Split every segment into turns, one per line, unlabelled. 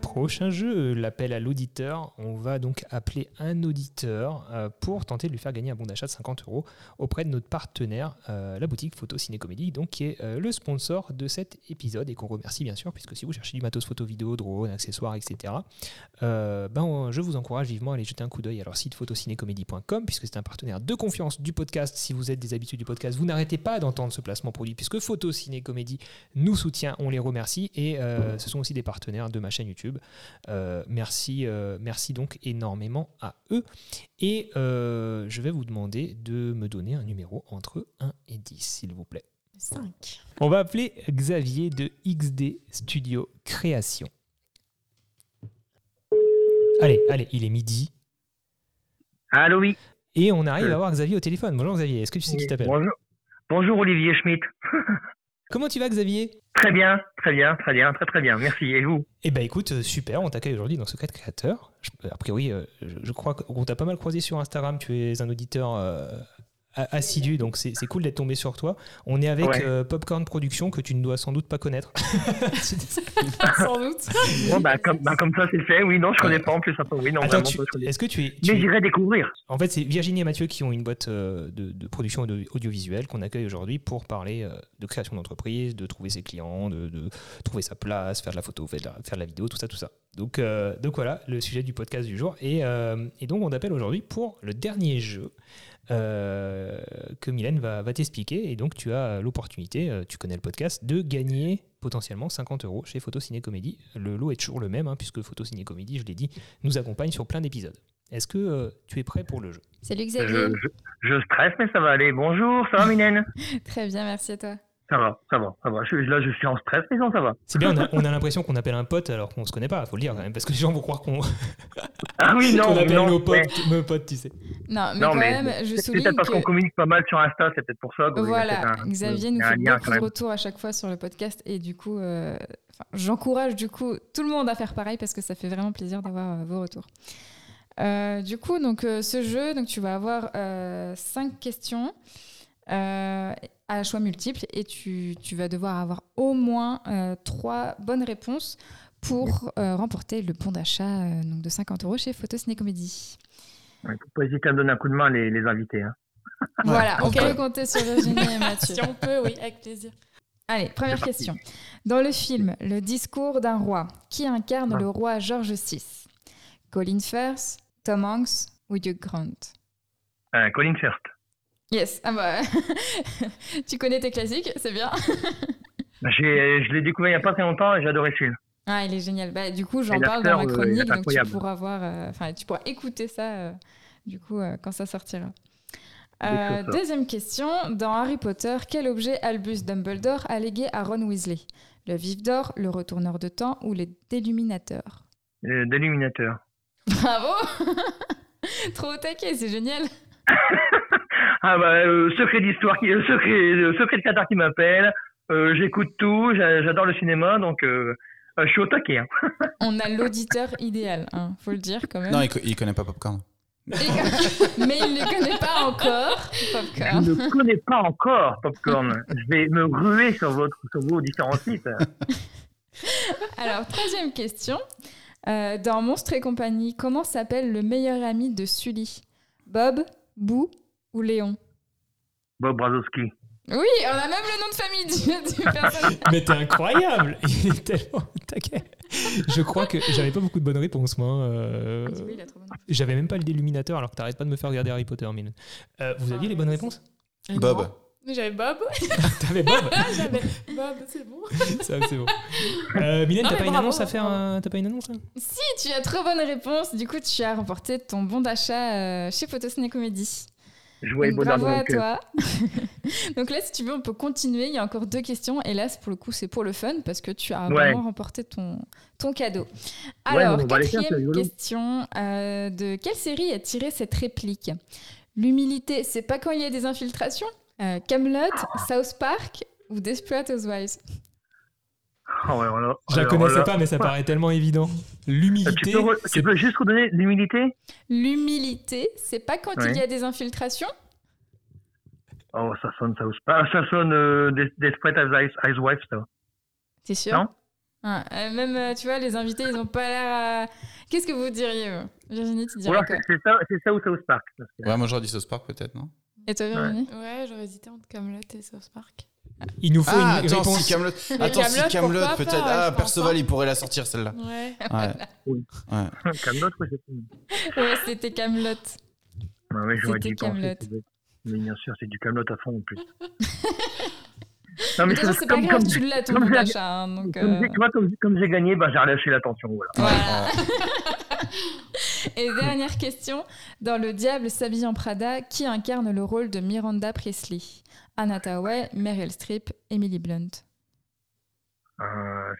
prochain jeu, euh, l'appel à l'auditeur. On va donc appeler un auditeur euh, pour tenter de lui faire gagner un bon d'achat de 50 euros auprès de notre partenaire, euh, la boutique Photo Ciné Comédie, donc qui est euh, le sponsor de cet épisode et qu'on remercie bien sûr, puisque si vous cherchez du matos photo, vidéo, drone, accessoires, etc., euh, ben, on- je vous encourage vivement à aller jeter un coup d'œil à leur site photocinécomédie.com, puisque c'est un partenaire de confiance du podcast. Si vous êtes des habitués du podcast, vous n'arrêtez pas d'entendre ce placement produit, puisque Photo Ciné Comédie nous soutient, on les remercie, et euh, ce sont aussi des partenaires de ma chaîne YouTube. Euh, merci, euh, merci donc énormément à eux. Et euh, je vais vous demander de me donner un numéro entre 1 et 10, s'il vous plaît.
5.
On va appeler Xavier de XD Studio Création. Allez, allez, il est midi.
Allô, oui.
Et on arrive à avoir Xavier au téléphone. Euh. Bonjour Xavier, est-ce que tu sais qui t'appelle
Bonjour. Bonjour, Olivier Schmitt.
Comment tu vas Xavier
Très bien, très bien, très bien, très très bien. Merci. Et vous
Eh ben écoute, euh, super, on t'accueille aujourd'hui dans Secret Créateur. Je- euh, A priori, euh, je, je crois qu'on t'a pas mal croisé sur Instagram, tu es un auditeur euh, a- assidu, donc c'est c'est cool d'être tombé sur toi. On est avec
Ouais.
euh, Popcorn Production que tu ne dois sans doute pas connaître.
Sans doute.
Bon, bah, comme, bah, comme ça, c'est fait. Oui, non, je connais pas en plus. Attends, oui, non,
Attends,
vraiment,
tu-
je connais.
est-ce que tu es... tu
Mais
es-
j'irai découvrir.
En fait, c'est Virginie et Mathieu qui ont une boîte euh, de, de production audio- audiovisuelle qu'on accueille aujourd'hui pour parler euh, de création d'entreprise, de trouver ses clients, de, de trouver sa place, faire de la photo, faire de la, faire de la vidéo, tout ça, tout ça. Donc, euh, donc voilà le sujet du podcast du jour. Et, euh, et donc on appelle aujourd'hui pour le dernier jeu euh, que Mylène va, va t'expliquer. Et donc tu as l'opportunité, euh, tu connais le podcast, de gagner potentiellement 50 euros chez Photo Ciné Comédie. Le lot est toujours le même, hein, puisque Photo Ciné Comédie, je l'ai dit, nous accompagne sur plein d'épisodes. Est-ce que euh, tu es prêt pour le jeu
Salut
Je,
Xavier.
je, je stresse, mais ça va aller. Bonjour, ça va, Mylène
Très bien, merci à toi.
Ça va, ça va, ça va. Je- là, je suis en stress, mais non, ça va.
C'est bien, on a, on a l'impression qu'on appelle un pote alors qu'on se connaît pas, faut le dire quand même, parce que les gens vont croire qu'on
Ah oui, non,
qu'on appelle
non.
nos potes,
mais-
nos potes, tu sais.
Non, mais
Non,
quand
mais
même, je
C'est
souligne
peut-être parce qu'on
que...
communique pas mal sur Insta, c'est peut-être pour ça. que- c'est
Voilà,
un-
Xavier
il y
nous
a un
fait
lien, quand
beaucoup de
même.
retours à chaque fois sur le podcast et du coup, euh, enfin, j'encourage du coup tout le monde à faire pareil parce que ça fait vraiment plaisir d'avoir euh, vos retours. Euh, du coup, donc euh, ce jeu, donc tu vas avoir euh, cinq questions euh, à choix multiples et tu, tu vas devoir avoir au moins euh, trois bonnes réponses pour euh, remporter le bon d'achat euh, donc de 50 euros chez Photo Ciné Comédie.
Ouais, faut pas hésiter à me donner un coup de main, les, les invités. hein.
Voilà, on
Ok.
peut compter sur Virginie et Mathieu.
Si on peut, oui, avec plaisir.
Allez, première
C'est parti.
question. Dans le film Le discours d'un roi, qui incarne
Ah.
le roi George VI Colin Firth, Tom Hanks ou Hugh Grant
Euh, Colin First.
Yes, ah bah, tu connais tes classiques, c'est bien.
J'ai- Je l'ai découvert il y a pas très longtemps et j'ai adoré ce film.
Ah, il est génial. Bah, du coup, j'en
Et
parle dans ma
l'acteur, euh, il est
chronique, donc tu
incroyable.
pourras, voir, euh, enfin, tu pourras écouter ça euh, du coup, euh, quand ça sortira. Euh,
ça sort.
deuxième question. Dans Harry Potter, quel objet Albus Dumbledore a légué à Ron Weasley Le vif d'or, le retourneur de temps ou le déluminateur
Euh, D'illuminateur.
Bravo Trop au taquet, c'est génial.
Ah bah euh, secret d'histoire, qui- euh, secret, euh, secret de Qatar qui m'appelle. Euh, J'écoute tout, j'a- j'adore le cinéma, donc euh, euh, je suis au taquet. hein.
On a l'auditeur idéal, hein, faut le dire quand même.
Non, il, co- il connaît pas Popcorn.
Et- Mais il ne connaît pas encore
Je
Popcorn.
ne connais pas encore Popcorn. Je vais me ruer sur votre sur vos différents sites.
Alors, troisième question. Euh, dans Monstre et compagnie, comment s'appelle le meilleur ami de Sully Bob, Boo ou Léon
Bob Brazowski.
Oui, on a même le nom de famille du, du personnage.
Mais t'es incroyable Il est tellement au taquet. Je crois que j'avais pas beaucoup de bonnes réponses, moi. euh, J'avais même pas le déluminateur, alors que t'arrêtes pas de me faire regarder Harry Potter, Mylène. Euh, vous aviez les bonnes réponses
Ah,
Bob.
Mais j'avais Bob. Ah,
T'avais Bob
J'avais Bob, c'est bon.
Ça, c'est bon. Euh, Mylène,
Non,
t'as
mais
pas, une
bravo,
annonce à faire
bravo.
hein T'as pas une annonce hein
Si tu as trop bonne réponse, du coup tu as remporté ton bon d'achat euh, chez Photociné Comédie.
Je voyais
Donc,
bonheur
Mm, bravo
dans
à
le cœur.
toi.
euh,
Donc là, si tu veux, on peut continuer. Il y a encore deux questions. Et là, c'est- pour le coup, c'est pour le fun parce que tu as
Ouais.
vraiment remporté ton, ton cadeau.
Ouais,
Alors,
on va les faire, c'est
quatrième
rigolo.
question. euh, de quelle série est tirée cette réplique L'humilité, c'est pas quand il y a des infiltrations Euh, Camelot, South Park ou Desperate Housewives
Ah ouais, voilà.
Je la
Alors,
connaissais
voilà.
pas, mais ça paraît tellement évident.
Euh, Tu
L'humilité,
peux, re- tu
c'est
peux juste redonner l'humilité
L'humilité, c'est pas quand
Ouais.
il y a des infiltrations
Oh, ça sonne, ça, ose pas. ça sonne euh, des, des Sprite Eyes Eyes Wife, ça.
C'est sûr
Non.
Hein, euh, même, euh, tu vois, les invités, ils n'ont pas l'air. à- Qu'est-ce que vous diriez euh Virginie, tu
Ou
dirais
alors
quoi
c'est- c'est ça, c'est ça ou South Park. parce que-
Ouais, moi j'aurais dit South Park peut-être, non
Et toi, Virginie
Ouais, j'aurais hésité entre Camelot et South Park.
Il nous faut
Ah,
une
attends,
réponse.
si Camelot.
Mais
Attends, si
Kaamelott,
Camelot
pourquoi
peut-être.
pas, je
Ah,
pense
Perceval,
pas.
il pourrait la sortir celle-là.
Ouais.
Ouais.
Comme d'autres, je sais pas.
Ouais, c'était Camelot.
Bah Ouais, ouais, j'aurais
C'était
dû y penser,
Kaamelott.
c'est vrai. Mais bien sûr, c'est du Camelot à fond en plus. non,
Mais
mais
de toute façon,
c'est
c'est pas
comme,
grave,
comme,
tu l'as ton
comme
bon
j'ai-
d'achat. hein, donc,
comme
euh,
j'ai- tu vois, comme, comme j'ai gagné, bah, j'ai relâché l'attention. Voilà.
voilà. Et dernière question. Dans Le Diable s'habille en Prada, qui incarne le rôle de Miranda Presley Anna Tawai, Meryl Streep, Emily Blunt.
Euh,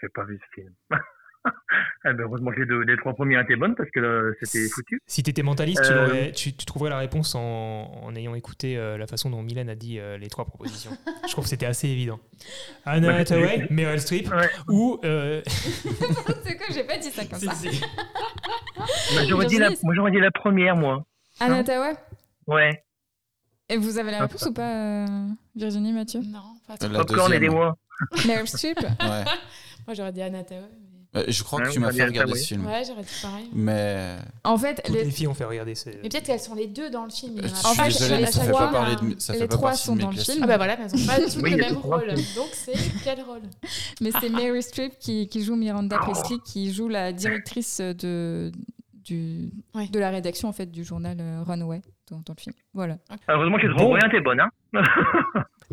j'ai pas vu ce film. eh ben, heureusement que les, deux, les trois premières étaient bonnes parce que là, c'était foutu.
Si t'étais mentaliste, tu,
Euh,
l'aurais- tu- tu trouverais la réponse en, en ayant écouté euh, la façon dont Mylène a dit euh, les trois propositions. Je trouve que c'était assez évident. Anna
Bah,
Hathaway, Meryl Streep
Ouais.
ou... euh,
Oh, c'est quoi J'ai pas dit ça comme ça.
si, si.
Bah, j'aurais dit la,
Virginie,
moi, j'aurais dit la première, moi.
Anna Tawai
Ouais.
Et vous avez la réponse ou pas, euh, Virginie, Mathieu
Non, pas trop.
La
Popcorn et des
deuxième.
mois.
Meryl Streep
Ouais.
Moi, j'aurais dit Anna Tawai, mais-
Euh, Je crois
Ouais,
que tu
on
m'as
va
fait
bien
regarder
faire,
ce film.
Ouais, j'aurais dit pareil.
Mais.
En fait,
Toutes
les,
les filles ont fait regarder. ce-
Mais peut-être qu'elles sont les deux dans le film.
Je
il y
suis
aura-
fait,
désolé,
les
mais ça fait
trois,
pas parler de, ça
les
fait pas
trois
partie
sont
de mes
dans le
pires
film.
Ah bah voilà, mais elles ont pas toutes
Oui,
le
il y a
même
trois
rôle. Donc c'est quel rôle
Mais c'est Mary Streep qui, qui joue Miranda Presley, qui joue la directrice de, du,
Ouais.
de la rédaction en fait, du journal euh, Runaway dans, dans le film. Voilà.
Heureusement que les trois
Bon.
premières étaient bonnes. Hein.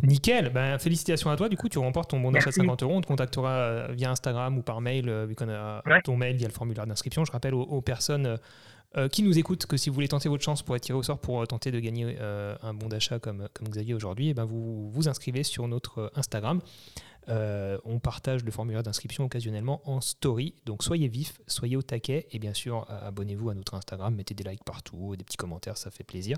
Nickel, ben, félicitations à toi. Du coup, tu remportes ton bon d'achat de
Merci.
50 euros. On te contactera euh, via Instagram ou par mail, euh, vu qu'on a
Ouais.
ton mail via le formulaire d'inscription. Je rappelle aux, aux personnes euh, euh, qui nous écoutent que si vous voulez tenter votre chance pour être tiré au sort pour euh, tenter de gagner euh, un bon d'achat comme, comme Xavier aujourd'hui, eh ben vous vous inscrivez sur notre euh, Instagram. Euh, on partage le formulaire d'inscription occasionnellement en story. Donc soyez vifs, soyez au taquet et bien sûr euh, abonnez-vous à notre Instagram, mettez des likes partout, des petits commentaires, ça fait plaisir.